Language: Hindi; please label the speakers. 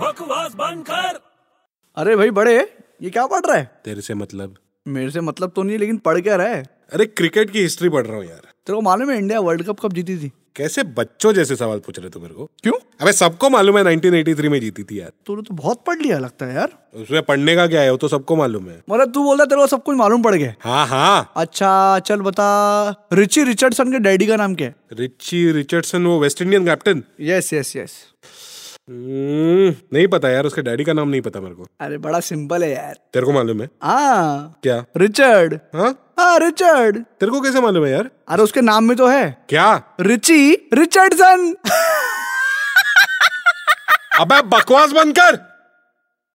Speaker 1: बकवास बंद कर
Speaker 2: अरे भाई बड़े ये क्या पढ़ रहा है
Speaker 3: तेरे से मतलब
Speaker 2: मेरे से मतलब तो नहीं लेकिन पढ़ क्या रहा है तेरे
Speaker 3: अरे क्रिकेट की हिस्ट्री पढ़ रहा हूँ यार
Speaker 2: को मालूम है इंडिया वर्ल्ड कप कब जीती थी
Speaker 3: कैसे बच्चों जैसे सवाल पूछ रहे तू मेरे को
Speaker 2: क्यों
Speaker 3: अबे सबको मालूम है 1983 में जीती थी यार
Speaker 2: तूने तो बहुत पढ़ लिया लगता है यार
Speaker 3: उसमें पढ़ने का क्या है वो तो सबको मालूम है
Speaker 2: मतलब तू बोल रहा है तेरे को सब कुछ मालूम पड़ गया
Speaker 3: हाँ हाँ
Speaker 2: अच्छा चल बता रिची रिचर्डसन के डैडी का नाम क्या है
Speaker 3: रिची रिचर्डसन वो West Indian captain
Speaker 2: yes yes yes
Speaker 3: हम्म, नहीं पता यार उसके डैडी का नाम नहीं पता मेरे को
Speaker 2: अरे बड़ा सिंपल है यार
Speaker 3: तेरे को मालूम है
Speaker 2: हाँ
Speaker 3: क्या
Speaker 2: रिचर्ड
Speaker 3: हाँ
Speaker 2: हाँ रिचर्ड
Speaker 3: तेरे को कैसे मालूम है यार
Speaker 2: अरे उसके नाम में तो है
Speaker 3: क्या
Speaker 2: रिची रिचर्डसन
Speaker 3: अबे बकवास बंद कर